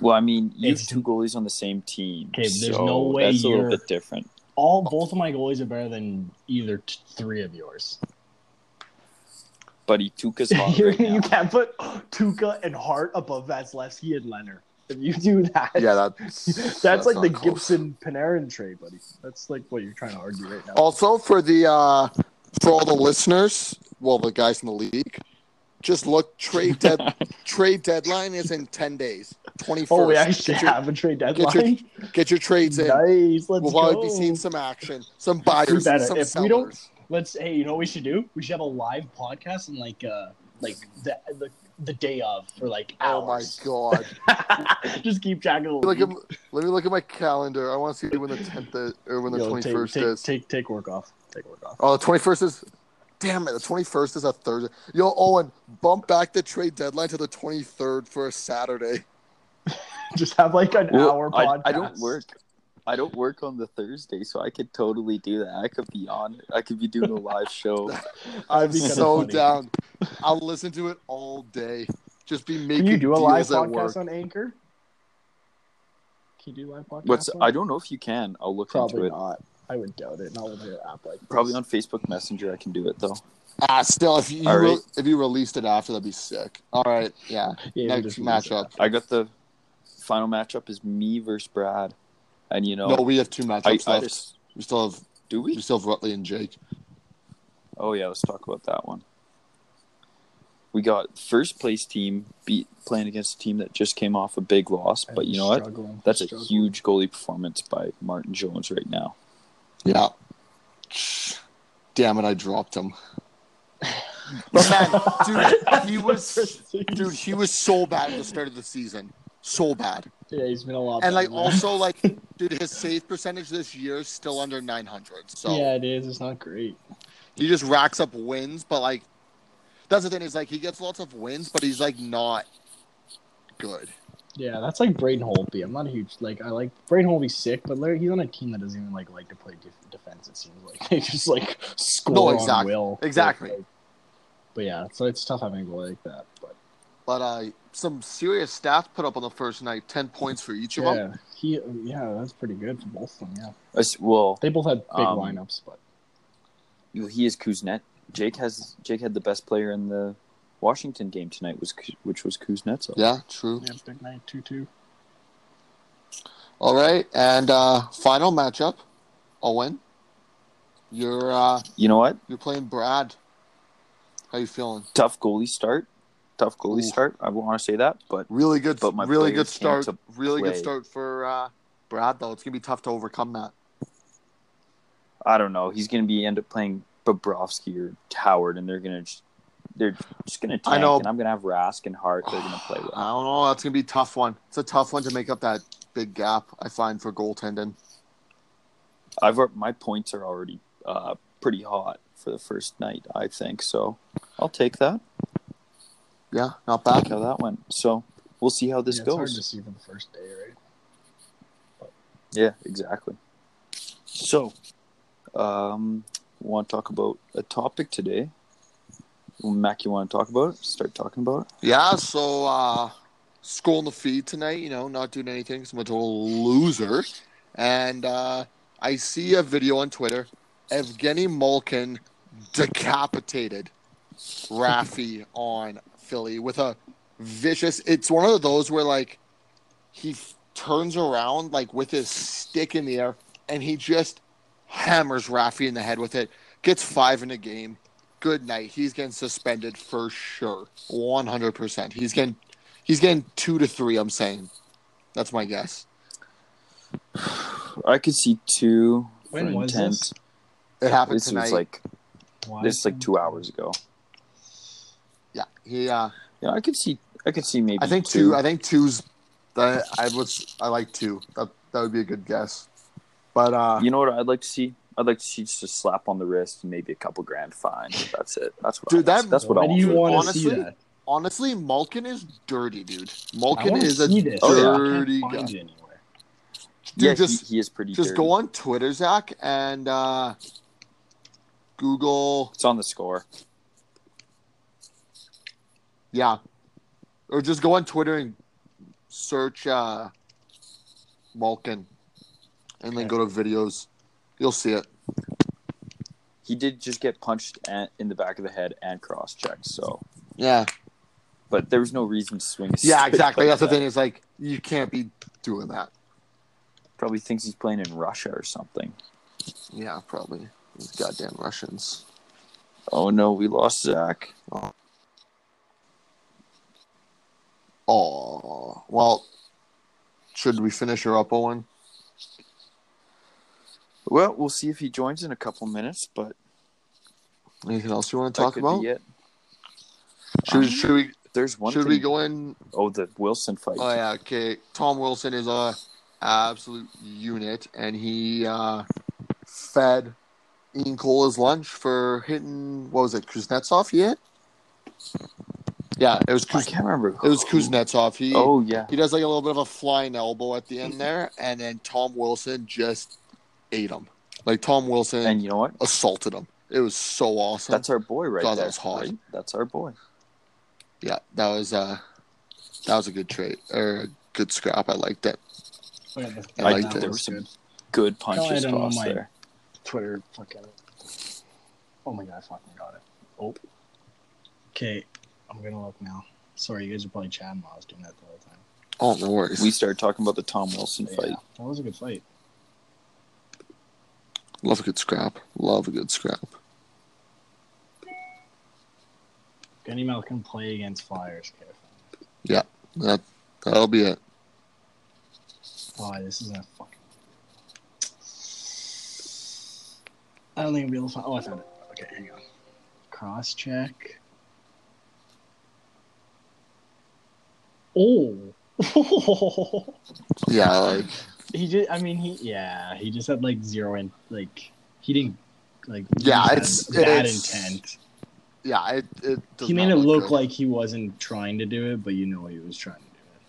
Speaker 3: Well, I mean, you have
Speaker 2: It's-
Speaker 3: two goalies on the same team.
Speaker 2: Okay, there's
Speaker 3: so
Speaker 2: no way
Speaker 3: that's a little
Speaker 2: you're-
Speaker 3: bit different.
Speaker 2: All both of my goalies are better than either t- three of yours.
Speaker 3: Buddy Tuca's hot
Speaker 2: you,
Speaker 3: right now.
Speaker 2: you can't put Tuca and Hart above Vasilevsky and Leonard. If you do that,
Speaker 1: Yeah, that's
Speaker 2: that's, like
Speaker 1: not
Speaker 2: the
Speaker 1: close.
Speaker 2: Gibson Panarin trade, buddy. That's like what you're trying to argue right now.
Speaker 1: Also, for the uh, for all the listeners, well, the guys in the league, just look trade dead, trade deadline is in ten days, twenty first.
Speaker 2: oh, we actually
Speaker 1: get, your,
Speaker 2: have a trade
Speaker 1: your-
Speaker 2: deadline.
Speaker 1: get your trades in.
Speaker 2: Nice. Let's
Speaker 1: we'll
Speaker 2: go.
Speaker 1: probably be seeing some action, some buyers,
Speaker 2: better.
Speaker 1: some
Speaker 2: If
Speaker 1: sellers.
Speaker 2: we don't- Let's. Hey, you know what we should do? We should have a live podcast and like, uh, like the the, the day of for like
Speaker 1: oh my
Speaker 2: hours.
Speaker 1: god!
Speaker 2: Just keep track of the
Speaker 1: Look
Speaker 2: league.
Speaker 1: at, let me look at my calendar. I want to see when the tenth or when the
Speaker 2: Yo,
Speaker 1: twenty
Speaker 2: take-
Speaker 1: first
Speaker 2: take,
Speaker 1: is.
Speaker 2: Take, take work off. Take work off.
Speaker 1: Oh, the twenty first is. Damn it! The twenty first is a Thursday. Yo, Owen, bump back the trade deadline to the twenty third for a Saturday.
Speaker 2: Just have like an
Speaker 3: Well,
Speaker 2: hour
Speaker 3: I,
Speaker 2: podcast.
Speaker 3: I don't work. I don't work on the Thursday, so I could totally do that. I could be on. I could be doing a live show.
Speaker 1: I'm
Speaker 2: That'd be kinda
Speaker 1: so
Speaker 2: funny.
Speaker 1: down. I'll listen to it all day. Just be making
Speaker 2: Can you do a live
Speaker 1: deals at
Speaker 2: podcast
Speaker 1: work.
Speaker 2: on Anchor? Can you do live podcast?
Speaker 3: What's?
Speaker 2: on-
Speaker 3: I don't know if you can. I'll look into
Speaker 2: probably
Speaker 3: it.
Speaker 2: not. I would doubt it. Not with an app like this.
Speaker 3: Probably on Facebook Messenger, I can do it though.
Speaker 1: Ah, still, if you
Speaker 3: All
Speaker 1: re-
Speaker 3: right.
Speaker 1: if you released it after, that'd be sick. All right, yeah.
Speaker 2: Yeah, we
Speaker 1: Next
Speaker 2: just release it.
Speaker 1: matchup.
Speaker 3: I got the final matchup is me versus Brad, and you know,
Speaker 1: No, we have two
Speaker 3: I,
Speaker 1: matchups
Speaker 3: I
Speaker 1: left.
Speaker 3: just
Speaker 1: We still have
Speaker 3: do
Speaker 1: we
Speaker 3: we?
Speaker 1: still have Rutley and Jake.
Speaker 3: Oh yeah, let's talk about that one. We got first place team beat playing against a team that just came off a big loss, but you know what?
Speaker 2: Struggling,
Speaker 3: That's a
Speaker 2: struggling.
Speaker 3: huge goalie performance by Martin Jones right now.
Speaker 1: Yeah. Damn it! I dropped him. But man, dude, he was dude, he was so bad at the start of the season. so bad.
Speaker 2: Yeah, he's been a lot.
Speaker 1: And like
Speaker 2: better than that.
Speaker 1: also like, dude, his save percentage this year is still under 900. So
Speaker 2: yeah, it is. It's not great.
Speaker 1: he just racks up wins, but like, that's the thing is like he gets lots of wins, but he's like not good.
Speaker 2: Yeah, that's like Braden Holtby. I'm not a huge like. I like Braden Holtby's sick, but Larry, he's on a team that doesn't even like like to play def- defense. It seems like they just like score
Speaker 1: No,
Speaker 2: on
Speaker 1: exactly.
Speaker 2: will.
Speaker 1: Exactly.
Speaker 2: Like, but yeah, so it's tough having a goal like that. But
Speaker 1: But uh, some serious stats put up on the first night, 10 points for each of them.
Speaker 2: yeah, he yeah, that's pretty good for both of them. Yeah,
Speaker 3: I s- well,
Speaker 2: they both had big
Speaker 3: Um,
Speaker 2: lineups, but
Speaker 3: he is Kuznet. Jake has Jake had the best player in the Washington game tonight, was Ku- which was Kuznetsov.
Speaker 1: Yeah, true.
Speaker 2: yeah, big night two two.
Speaker 1: All right, and uh, final matchup, Owen. You're uh,
Speaker 3: You know what?
Speaker 1: you're playing Brad. How you feeling?
Speaker 3: Tough goalie start. Tough goalie
Speaker 1: Ooh.
Speaker 3: start. I won't want to say that, but
Speaker 1: Really good,
Speaker 3: But my
Speaker 1: really good start.
Speaker 3: players came to
Speaker 1: Really good
Speaker 3: play.
Speaker 1: start for uh, Brad though. It's gonna be tough to overcome that.
Speaker 3: I don't know. He's going to be end up playing Bobrovsky or Howard, and they're going to just they're just going to
Speaker 1: I
Speaker 3: tank.
Speaker 1: know.
Speaker 3: And I'm going to have Rask and Hart. They're going to play well.
Speaker 1: I don't know. That's gonna be a tough one. It's a tough one to make up that big gap. I find for goaltending.
Speaker 3: I've al- my points are already uh, pretty hot for the first night. I think so. I'll take that.
Speaker 1: Yeah, not
Speaker 3: Like
Speaker 1: bad.
Speaker 3: how that went. So we'll see how this
Speaker 2: yeah, It's hard to
Speaker 3: goes.
Speaker 2: see from the first day, right?
Speaker 3: Yeah, exactly. So, um, want to talk about a topic today? Mac, you want to talk about it? Start talking about it.
Speaker 1: Yeah. So uh, scrolling the feed tonight. You know, not doing anything. 'cause I'm a total loser. And uh, I see a video on Twitter. Evgeny Malkin decapitated Rafi on Philly with a vicious. It's one of those where like he f- turns around like with his stick in the air and he just hammers Rafi in the head with it. Gets five in a game. Good night. He's getting suspended for sure, one hundred percent. He's getting he's getting two to three. I'm saying that's my guess.
Speaker 3: I could see two.
Speaker 2: When
Speaker 3: for
Speaker 2: was
Speaker 3: intent.
Speaker 2: this?
Speaker 1: It happened
Speaker 3: This
Speaker 1: tonight.
Speaker 3: was like
Speaker 2: Why?
Speaker 3: this is like two hours ago.
Speaker 1: yeah, he. Uh,
Speaker 3: Yeah, I could see. I could see maybe.
Speaker 1: I think two. I think two's. The, I was. I like two. That that would be a good guess. But uh,
Speaker 3: you know what I'd like to see? I'd like to see just a slap on the wrist and maybe a couple grand fine. That's it. That's what.
Speaker 1: Dude,
Speaker 3: I,
Speaker 1: that-
Speaker 3: that's what I
Speaker 2: Why do
Speaker 3: want.
Speaker 2: you
Speaker 3: for-
Speaker 2: want to
Speaker 1: honestly,
Speaker 2: see that?
Speaker 1: honestly, Malkin is dirty, dude.
Speaker 2: I
Speaker 1: Malkin
Speaker 2: wanna
Speaker 1: is a
Speaker 2: see
Speaker 1: dirty
Speaker 2: this.
Speaker 3: Oh,
Speaker 2: but I can't
Speaker 1: guy.
Speaker 2: find it anywhere.
Speaker 1: dude,
Speaker 3: yeah,
Speaker 1: just-
Speaker 3: he, he is pretty.
Speaker 1: Just
Speaker 3: dirty.
Speaker 1: go on Twitter, Zach, and uh, Google.
Speaker 3: It's on the score.
Speaker 1: Yeah, or just go on Twitter and search uh, Malkin, and then
Speaker 2: Okay.
Speaker 1: go to videos. You'll see it.
Speaker 3: He did just get punched at, in the back of the head and cross checked. So,
Speaker 1: Yeah.
Speaker 3: but there was no reason to swing. a
Speaker 1: Yeah,
Speaker 3: stick
Speaker 1: exactly.
Speaker 3: like
Speaker 1: That's the
Speaker 3: that.
Speaker 1: thing. It's like you can't be doing that.
Speaker 3: Probably thinks he's playing in Russia or something.
Speaker 1: Yeah, probably. These goddamn Russians.
Speaker 3: Oh no, we lost Zach.
Speaker 1: Oh well. Should we finish her up, Owen?
Speaker 3: Well, we'll see if he joins in a couple minutes. But
Speaker 1: Anything else you want to
Speaker 3: that
Speaker 1: talk
Speaker 3: could
Speaker 1: about?
Speaker 3: be it.
Speaker 1: Should,
Speaker 3: Um,
Speaker 1: should we
Speaker 3: There's one.
Speaker 1: should
Speaker 3: thing.
Speaker 1: we go in?
Speaker 3: Oh, the Wilson fight.
Speaker 1: Oh yeah, okay. Tom Wilson is a absolute unit, and he uh, fed Ian Cole his lunch for hitting what was it, Kuznetsov? He hit. Yeah, it was
Speaker 3: I
Speaker 1: Kuz,
Speaker 3: can't remember.
Speaker 1: it was
Speaker 3: who-
Speaker 1: Kuznetsov. He
Speaker 3: Oh yeah.
Speaker 1: He does like a little bit of a flying elbow at the end there, and then Tom Wilson just ate him. Like Tom Wilson
Speaker 3: And you know what?
Speaker 1: assaulted him. It was so awesome.
Speaker 3: That's our boy right
Speaker 1: Thought that
Speaker 3: there.
Speaker 1: was hot.
Speaker 3: right? That's our boy.
Speaker 1: yeah, that was uh that was a good trade or a good scrap. I liked it.
Speaker 2: Oh, yeah, the-
Speaker 1: I
Speaker 2: that
Speaker 1: liked it.
Speaker 2: was
Speaker 3: There was some-
Speaker 2: good.
Speaker 3: Good
Speaker 2: Tell
Speaker 3: punches
Speaker 2: Adam on
Speaker 3: tossed
Speaker 2: my-
Speaker 3: there.
Speaker 2: Twitter fucking. Oh my god, I fucking got it. Oh. Okay, I'm gonna look now. Sorry, you guys are probably chatting while I was doing that the whole time.
Speaker 1: Oh no worries.
Speaker 3: We started talking about the Tom Wilson
Speaker 2: But
Speaker 3: fight.
Speaker 2: yeah, that was a good fight.
Speaker 1: Love a good scrap. Love a good scrap.
Speaker 2: Gunny Malcolm play against Flyers. Okay.
Speaker 1: That that'll be it.
Speaker 2: Why this isn't a fucking. I don't think I'll be able to find. Oh, I found it. Okay, hang on. Cross check. Oh,
Speaker 1: Yeah, like
Speaker 2: he just, I mean, he, yeah, he just had like zero and like he didn't like. he
Speaker 1: Yeah,
Speaker 2: just
Speaker 1: it's-
Speaker 2: had bad
Speaker 1: it's-
Speaker 2: intent.
Speaker 1: yeah, it, it does
Speaker 2: He made
Speaker 1: not
Speaker 2: it look
Speaker 1: good.
Speaker 2: like he wasn't trying to do it, but you know he was trying to do it.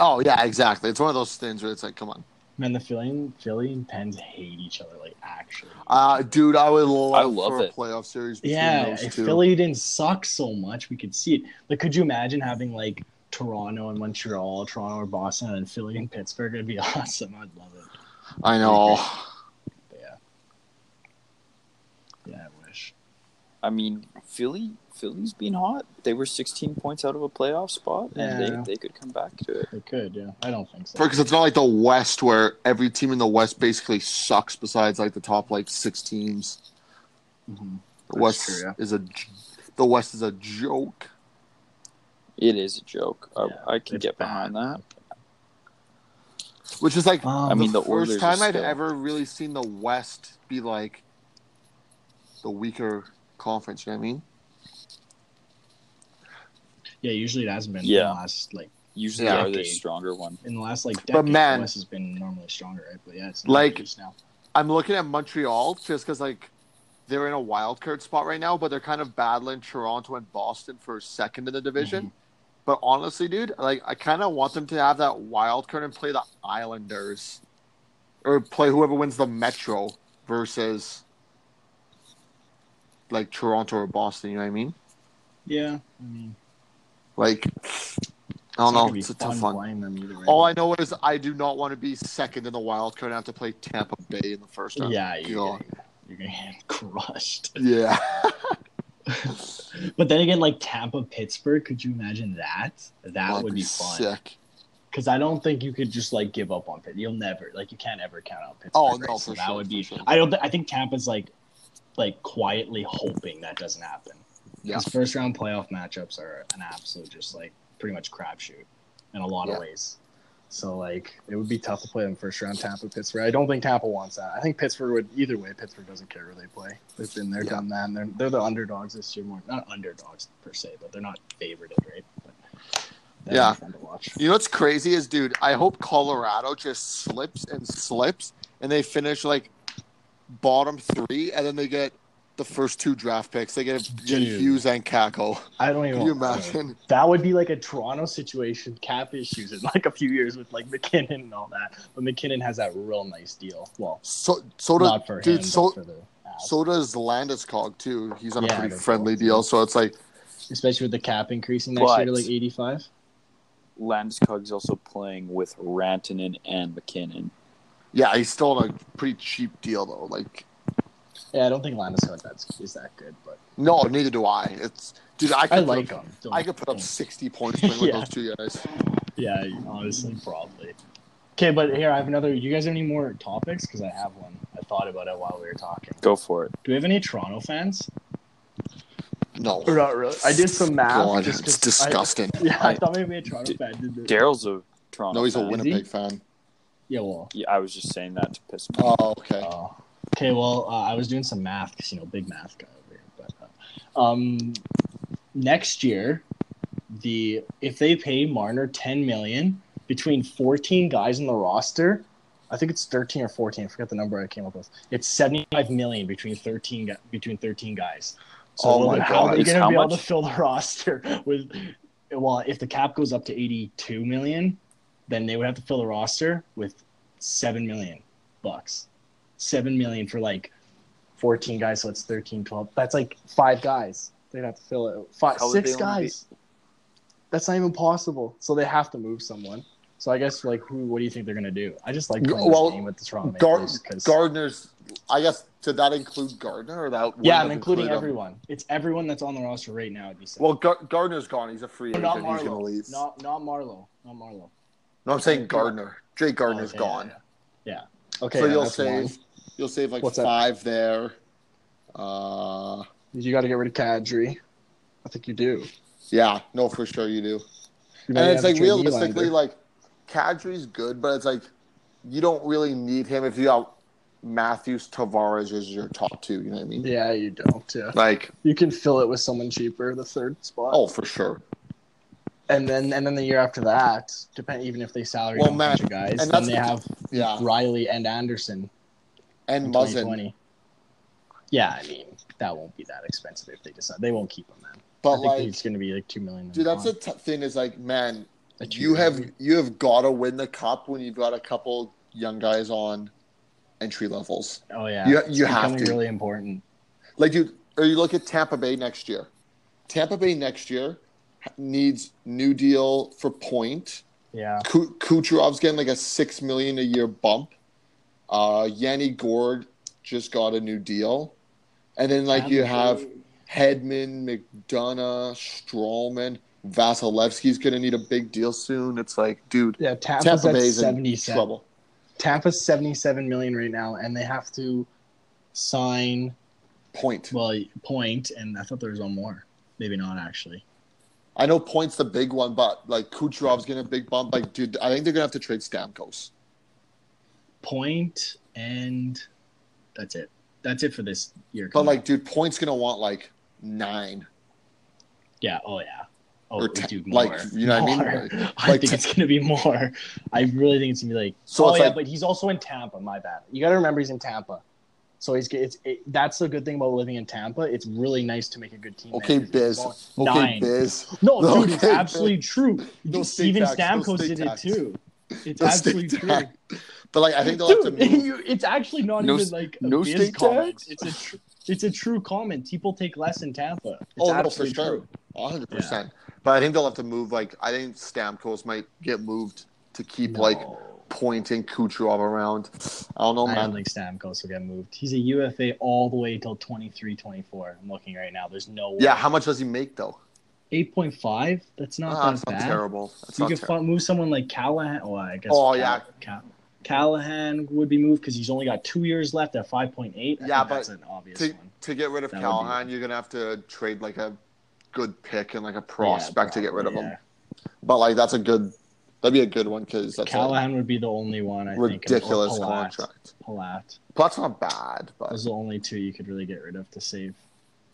Speaker 1: Oh yeah, exactly. It's one of those things where it's like, come on.
Speaker 2: Man, the Philly and Philly and Pens hate each other like actually.
Speaker 1: Uh dude, I would love,
Speaker 3: I love
Speaker 1: for a
Speaker 3: it.
Speaker 1: playoff series between
Speaker 2: yeah,
Speaker 1: those
Speaker 2: if
Speaker 1: two.
Speaker 2: Philly didn't suck so much, we could see it. Like, could you imagine having like Toronto and Montreal, Toronto or Boston, and Philly and Pittsburgh? It'd be awesome. I'd love it.
Speaker 1: I know.
Speaker 2: But yeah, yeah, I wish.
Speaker 3: I mean, Philly, Philly's been hot. They were 16 points out of a playoff spot, and
Speaker 2: Yeah.
Speaker 3: they, they could come back to it.
Speaker 2: They could, yeah. I don't think so.
Speaker 1: Because it's not like the West where every team in the West basically sucks besides like the top like six teams.
Speaker 2: Mhm.
Speaker 1: The
Speaker 2: That's
Speaker 1: West
Speaker 2: true, yeah.
Speaker 1: is a j- the West is a joke.
Speaker 3: It is a joke. Uh,
Speaker 2: Yeah,
Speaker 3: I, I can
Speaker 2: it's
Speaker 3: get behind
Speaker 2: bad.
Speaker 3: that.
Speaker 1: Which is like
Speaker 2: Um,
Speaker 3: I mean, the,
Speaker 1: first
Speaker 3: Oilers are
Speaker 1: time I'd
Speaker 3: still-
Speaker 1: ever really seen the West be like the weaker conference, you know what I mean?
Speaker 2: yeah, usually it hasn't been in
Speaker 3: Yeah.
Speaker 2: the last like
Speaker 3: usually
Speaker 1: Yeah.
Speaker 3: are the
Speaker 2: Okay.
Speaker 3: stronger one.
Speaker 2: in the last like decade.
Speaker 1: But man-
Speaker 2: the West has been normally stronger, right? But yeah, it's
Speaker 1: Like-
Speaker 2: just now.
Speaker 1: I'm looking at Montreal just because like they're in a wild card spot right now, but they're kind of battling Toronto and Boston for second in the division. But honestly, dude, like I kind of want them to have that wild card and play the Islanders, or play whoever wins the Metro versus like Toronto or Boston. You know what I mean?
Speaker 2: Yeah, I mean,
Speaker 1: Like I don't
Speaker 2: not
Speaker 1: know,
Speaker 2: gonna be
Speaker 1: it's a tough one.
Speaker 2: fun playing them either way.
Speaker 1: All I know is I do not want to be second in the wild card and have to play Tampa Bay in the first round.
Speaker 2: yeah, you're
Speaker 1: God.
Speaker 2: gonna, you're gonna get crushed.
Speaker 1: yeah.
Speaker 2: But then again, like Tampa, Pittsburgh, could you imagine that? That
Speaker 1: That'd
Speaker 2: would be fun.
Speaker 1: Sick.
Speaker 2: Because I don't think you could just like give up on Pitt. You'll never like you can't ever count out Pittsburgh.
Speaker 1: Oh,
Speaker 2: right?
Speaker 1: no,
Speaker 2: So
Speaker 1: for
Speaker 2: that
Speaker 1: sure,
Speaker 2: would
Speaker 1: for
Speaker 2: be.
Speaker 1: sure.
Speaker 2: I don't. Th- I think Tampa's like like quietly hoping that doesn't happen.
Speaker 1: Yeah.
Speaker 2: These first round playoff matchups are an absolute just like pretty much crapshoot in a lot
Speaker 1: Yeah.
Speaker 2: of ways. So like it would be tough to play them first round Tampa Pittsburgh. I don't think Tampa wants that. I think Pittsburgh would either way. Pittsburgh doesn't care who they play. They've been there,
Speaker 1: Yeah.
Speaker 2: done that. And they're they're the underdogs this year. More not underdogs per se, but they're not favored, right? But that'd be
Speaker 1: Yeah.
Speaker 2: fun to watch.
Speaker 1: You know what's crazy is, dude, I hope Colorado just slips and slips and they finish like bottom three and then they get the first two draft picks. They get, get
Speaker 2: Dude.
Speaker 1: Hughes and Kako.
Speaker 2: I don't even.
Speaker 1: Can you imagine?
Speaker 2: That would be like a Toronto situation, cap issues in like a few years with like McKinnon and all that. But McKinnon has that real nice deal. Well,
Speaker 1: So, so does,
Speaker 2: not for
Speaker 1: dude,
Speaker 2: him,
Speaker 1: so-
Speaker 2: but for the Avs.
Speaker 1: so does Landeskog, too. He's on
Speaker 2: Yeah,
Speaker 1: a pretty
Speaker 2: that's
Speaker 1: friendly
Speaker 2: cool.
Speaker 1: deal. So it's like,
Speaker 2: especially with the cap increasing next
Speaker 3: But-
Speaker 2: year to like eighty five.
Speaker 3: Landeskog's also playing with Rantanen and McKinnon.
Speaker 1: yeah, he's still on a pretty cheap deal, though. Like,
Speaker 2: Yeah, I don't think Landeskog that's is that good, but
Speaker 1: no, neither do I. It's, dude, I, could
Speaker 2: I
Speaker 1: put
Speaker 2: like
Speaker 1: up-
Speaker 2: him. Don't-
Speaker 1: I could put up
Speaker 2: don't-
Speaker 1: 60 points playing with
Speaker 2: Yeah.
Speaker 1: those two guys.
Speaker 2: Yeah, honestly, probably. Okay, but here I have another. You guys have any more topics? Because I have one. I thought about it while we were talking.
Speaker 3: Go for it.
Speaker 2: Do we have any Toronto fans?
Speaker 1: No.
Speaker 2: Or not really. I did some math.
Speaker 1: God,
Speaker 2: just 'cause
Speaker 1: it's disgusting.
Speaker 2: I, yeah, I
Speaker 3: I-
Speaker 2: thought maybe a Toronto fan did it.
Speaker 3: Daryl's a
Speaker 2: Oh,
Speaker 3: Toronto.
Speaker 1: no, he's a
Speaker 3: fan.
Speaker 2: winner.
Speaker 1: Winnipeg fan.
Speaker 2: Yeah, well,
Speaker 3: Yeah, I was just saying that to piss me off.
Speaker 1: Oh, okay.
Speaker 2: Oh. Okay, well, uh, I was doing some math because you know, big math guy over here. But uh, um, next year, the if they pay Marner ten million between fourteen guys in the roster, I think it's thirteen or fourteen. I forgot the number I came up with. It's seventy-five million between thirteen gu- between thirteen guys. So
Speaker 1: Oh my
Speaker 2: how
Speaker 1: God.
Speaker 2: are they going to
Speaker 3: How
Speaker 2: be able
Speaker 3: much?
Speaker 2: to fill the roster with? Well, if the cap goes up to eighty-two million, then they would have to fill the roster with seven million bucks. Seven million for like 14 guys, so it's 13, 12. That's like five guys. They'd have to fill it. Five,
Speaker 3: How would
Speaker 2: six
Speaker 3: they only be-
Speaker 2: guys. That's not even possible. So they have to move someone. So I guess like who? What do you think they're gonna do? I just like
Speaker 1: G-
Speaker 2: playing
Speaker 1: well,
Speaker 2: this game with the Toronto Maple
Speaker 1: Gar-
Speaker 2: Leafs Oh, 'cause-
Speaker 1: Gardner's, I guess, did that include Gardner or that?
Speaker 2: yeah,
Speaker 1: wouldn't
Speaker 2: I'm including
Speaker 1: include him?
Speaker 2: everyone. It's everyone that's on the roster right now. It'd be seven.
Speaker 1: Well, Gar- Gardner's gone. He's a free
Speaker 2: No,
Speaker 1: agent.
Speaker 2: not
Speaker 1: He's going to
Speaker 2: Marlowe.
Speaker 1: leave. No,
Speaker 2: Not not Marlowe. Not Marlowe.
Speaker 1: I'm saying Gardner. Jay Gardner's
Speaker 2: Okay, Oh, yeah,
Speaker 1: gone.
Speaker 2: Yeah. yeah. Okay.
Speaker 1: so
Speaker 2: yeah,
Speaker 1: you'll
Speaker 2: that's one.
Speaker 1: save, you'll save like
Speaker 2: What's that?
Speaker 1: five there. Uh,
Speaker 2: You got to get rid of Kadri. I think you do.
Speaker 1: yeah, no, for sure you do.
Speaker 2: You
Speaker 1: and
Speaker 2: might
Speaker 1: it's
Speaker 2: have
Speaker 1: like
Speaker 2: to trade
Speaker 1: realistically,
Speaker 2: Nylander.
Speaker 1: like Kadri's good, but it's like you don't really need him if you got Matthews, Tavares as your top two. You know what I mean?
Speaker 2: Yeah, you don't. Yeah.
Speaker 1: Like,
Speaker 2: You can fill it with someone cheaper, the third spot.
Speaker 1: oh, for sure.
Speaker 2: and then and then the year after that, depend even if they salary
Speaker 1: Well,
Speaker 2: dump
Speaker 1: Matt,
Speaker 2: a bunch of guys,
Speaker 1: and
Speaker 2: then
Speaker 1: that's
Speaker 2: they
Speaker 1: the-
Speaker 2: have
Speaker 1: Yeah,
Speaker 2: Riley and Anderson in
Speaker 1: and Muzzin,
Speaker 2: 2020. Yeah, I mean that won't be that expensive if they decide they won't keep him. Then I
Speaker 1: but
Speaker 2: think
Speaker 1: like,
Speaker 2: he's going to be like two million. and
Speaker 1: dude, that's the
Speaker 2: gone.
Speaker 1: t- thing. Is like, man,
Speaker 2: A two
Speaker 1: you have
Speaker 2: million.
Speaker 1: you have got to win the cup when you've got a couple young guys on entry levels.
Speaker 2: oh yeah,
Speaker 1: you-
Speaker 2: It's
Speaker 1: you have
Speaker 2: becoming
Speaker 1: to.
Speaker 2: really important.
Speaker 1: Like you, or you look at Tampa Bay next year. Tampa Bay next year needs new deal for point.
Speaker 2: Yeah,
Speaker 1: Ku- Kucherov's getting like a six million a year bump. Uh, Yanni Gord just got a new deal, and then like you have Hedman, McDonough, Strawman, Vasilevsky's gonna need a big deal soon. It's like, dude,
Speaker 2: yeah. Tampa's
Speaker 1: Tampa
Speaker 2: at
Speaker 1: Bay's in
Speaker 2: 77.
Speaker 1: trouble.
Speaker 2: Tampa's seventy-seven million right now, and they have to sign
Speaker 1: Point.
Speaker 2: well point. And I thought there was one more. Maybe not actually.
Speaker 1: I know points the big one, but like Kucherov's getting a big bump. Like, dude, I think they're gonna have to trade Stamkos.
Speaker 2: Point and that's it. That's it for this year.
Speaker 1: But like, dude, points gonna want like nine.
Speaker 2: Yeah. Oh yeah. Oh,
Speaker 1: Or
Speaker 2: dude,
Speaker 1: te-
Speaker 2: more.
Speaker 1: like, you know what I mean?
Speaker 2: More.
Speaker 1: Like-
Speaker 2: I
Speaker 1: like
Speaker 2: think
Speaker 1: te-
Speaker 2: it's gonna be more. I really think it's gonna be like.
Speaker 1: So
Speaker 2: oh
Speaker 1: it's
Speaker 2: yeah,
Speaker 1: like-
Speaker 2: but he's also in Tampa. My bad. You gotta remember he's in Tampa. So he's it's it, that's the good thing about living in Tampa. It's really nice to make a good team.
Speaker 1: Okay,
Speaker 2: there 'cause it's
Speaker 1: Biz.
Speaker 2: going-
Speaker 1: Okay,
Speaker 2: Nine.
Speaker 1: Biz.
Speaker 2: No, dude, it's
Speaker 1: Okay, Biz.
Speaker 2: absolutely true.
Speaker 1: No state
Speaker 2: Even
Speaker 1: tax, no
Speaker 2: Stamkos
Speaker 1: state
Speaker 2: did it
Speaker 1: tax.
Speaker 2: too. It's
Speaker 1: No state
Speaker 2: absolutely true.
Speaker 1: tax. But like, I think they'll
Speaker 2: Dude,
Speaker 1: have to move.
Speaker 2: you- it's actually not
Speaker 3: No
Speaker 2: even
Speaker 3: s-
Speaker 2: like a
Speaker 3: no
Speaker 2: Biz
Speaker 3: state
Speaker 2: comment.
Speaker 3: tax?
Speaker 2: It's a tr- it's a true comment. People take less in Tampa. It's
Speaker 1: Oh no, for
Speaker 2: absolutely
Speaker 1: sure,
Speaker 2: true.
Speaker 1: hundred percent. But I think they'll have to move. Like, I think Stamkos might get moved to keep like
Speaker 2: No.
Speaker 1: pointing Kucherov around. I don't know,
Speaker 2: I
Speaker 1: man.
Speaker 2: don't think Stamkos will get moved. He's a UFA all the way until 23, 24. I'm looking right now. There's no way.
Speaker 1: Yeah, how much does he make though?
Speaker 2: 8.5? That's not
Speaker 1: Ah,
Speaker 2: that
Speaker 1: that's not
Speaker 2: bad.
Speaker 1: terrible. That's
Speaker 2: you
Speaker 1: not
Speaker 2: could
Speaker 1: terrible.
Speaker 2: fu- move someone like Callahan. Oh, I guess.
Speaker 1: Oh,
Speaker 2: Call-
Speaker 1: yeah.
Speaker 2: Ca- Callahan would be moved because he's only got two years left at 5.8. I
Speaker 1: Yeah,
Speaker 2: think
Speaker 1: but
Speaker 2: that's an obvious
Speaker 1: to,
Speaker 2: one.
Speaker 1: to get rid of
Speaker 2: That would be-
Speaker 1: Callahan, you're gonna have to trade like a good pick and like a prospect to get rid of
Speaker 2: Yeah.
Speaker 1: him. But like that's a good, that'd be a good one because that's a
Speaker 2: Callahan would be the only one. I
Speaker 1: ridiculous
Speaker 2: think, or Palat.
Speaker 1: contract.
Speaker 2: Palat.
Speaker 1: But that's not bad. But
Speaker 2: Those are the only two you could really get rid of to save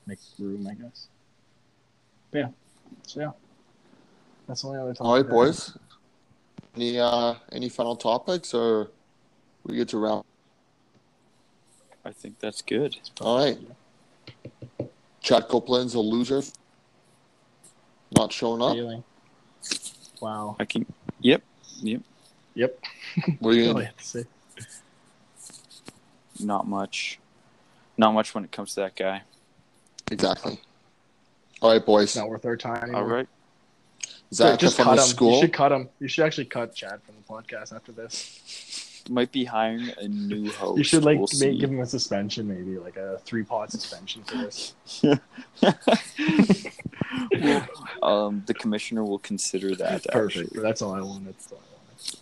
Speaker 2: make room, I guess. But yeah. So yeah. That's the only other topic.
Speaker 1: all
Speaker 2: I
Speaker 1: right,
Speaker 2: have.
Speaker 1: boys. Any uh any final topics or we get to round?
Speaker 3: I think that's good.
Speaker 1: All right. Chad Copeland's a loser. Not showing up.
Speaker 2: Feeling. Wow.
Speaker 3: I can. Yep.
Speaker 2: Yep.
Speaker 1: What are you
Speaker 2: Really
Speaker 1: gonna,
Speaker 2: have to say.
Speaker 3: Not much. Not much when it comes to that guy.
Speaker 1: exactly? All right, boys.
Speaker 2: It's not worth our time. Anymore.
Speaker 3: All right.
Speaker 1: Zach
Speaker 2: just
Speaker 1: from
Speaker 2: cut
Speaker 1: the
Speaker 2: him. You
Speaker 1: school.
Speaker 2: should cut him. You should actually cut Chad from the podcast after this.
Speaker 3: Might be hiring a new
Speaker 1: Oh,
Speaker 3: host.
Speaker 2: You should like
Speaker 3: We'll
Speaker 2: make,
Speaker 3: see.
Speaker 2: give him a suspension, maybe like a three pod suspension for this.
Speaker 3: um, the commissioner will consider that.
Speaker 2: Perfect. That's all I wanted. That's all I wanted.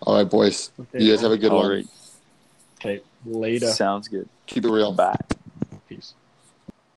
Speaker 1: All right, boys.
Speaker 2: Okay,
Speaker 1: You guys have a good
Speaker 3: All
Speaker 1: one.
Speaker 3: right.
Speaker 2: okay. Later.
Speaker 3: Sounds good.
Speaker 1: Keep it real.
Speaker 3: Bye.
Speaker 2: Peace.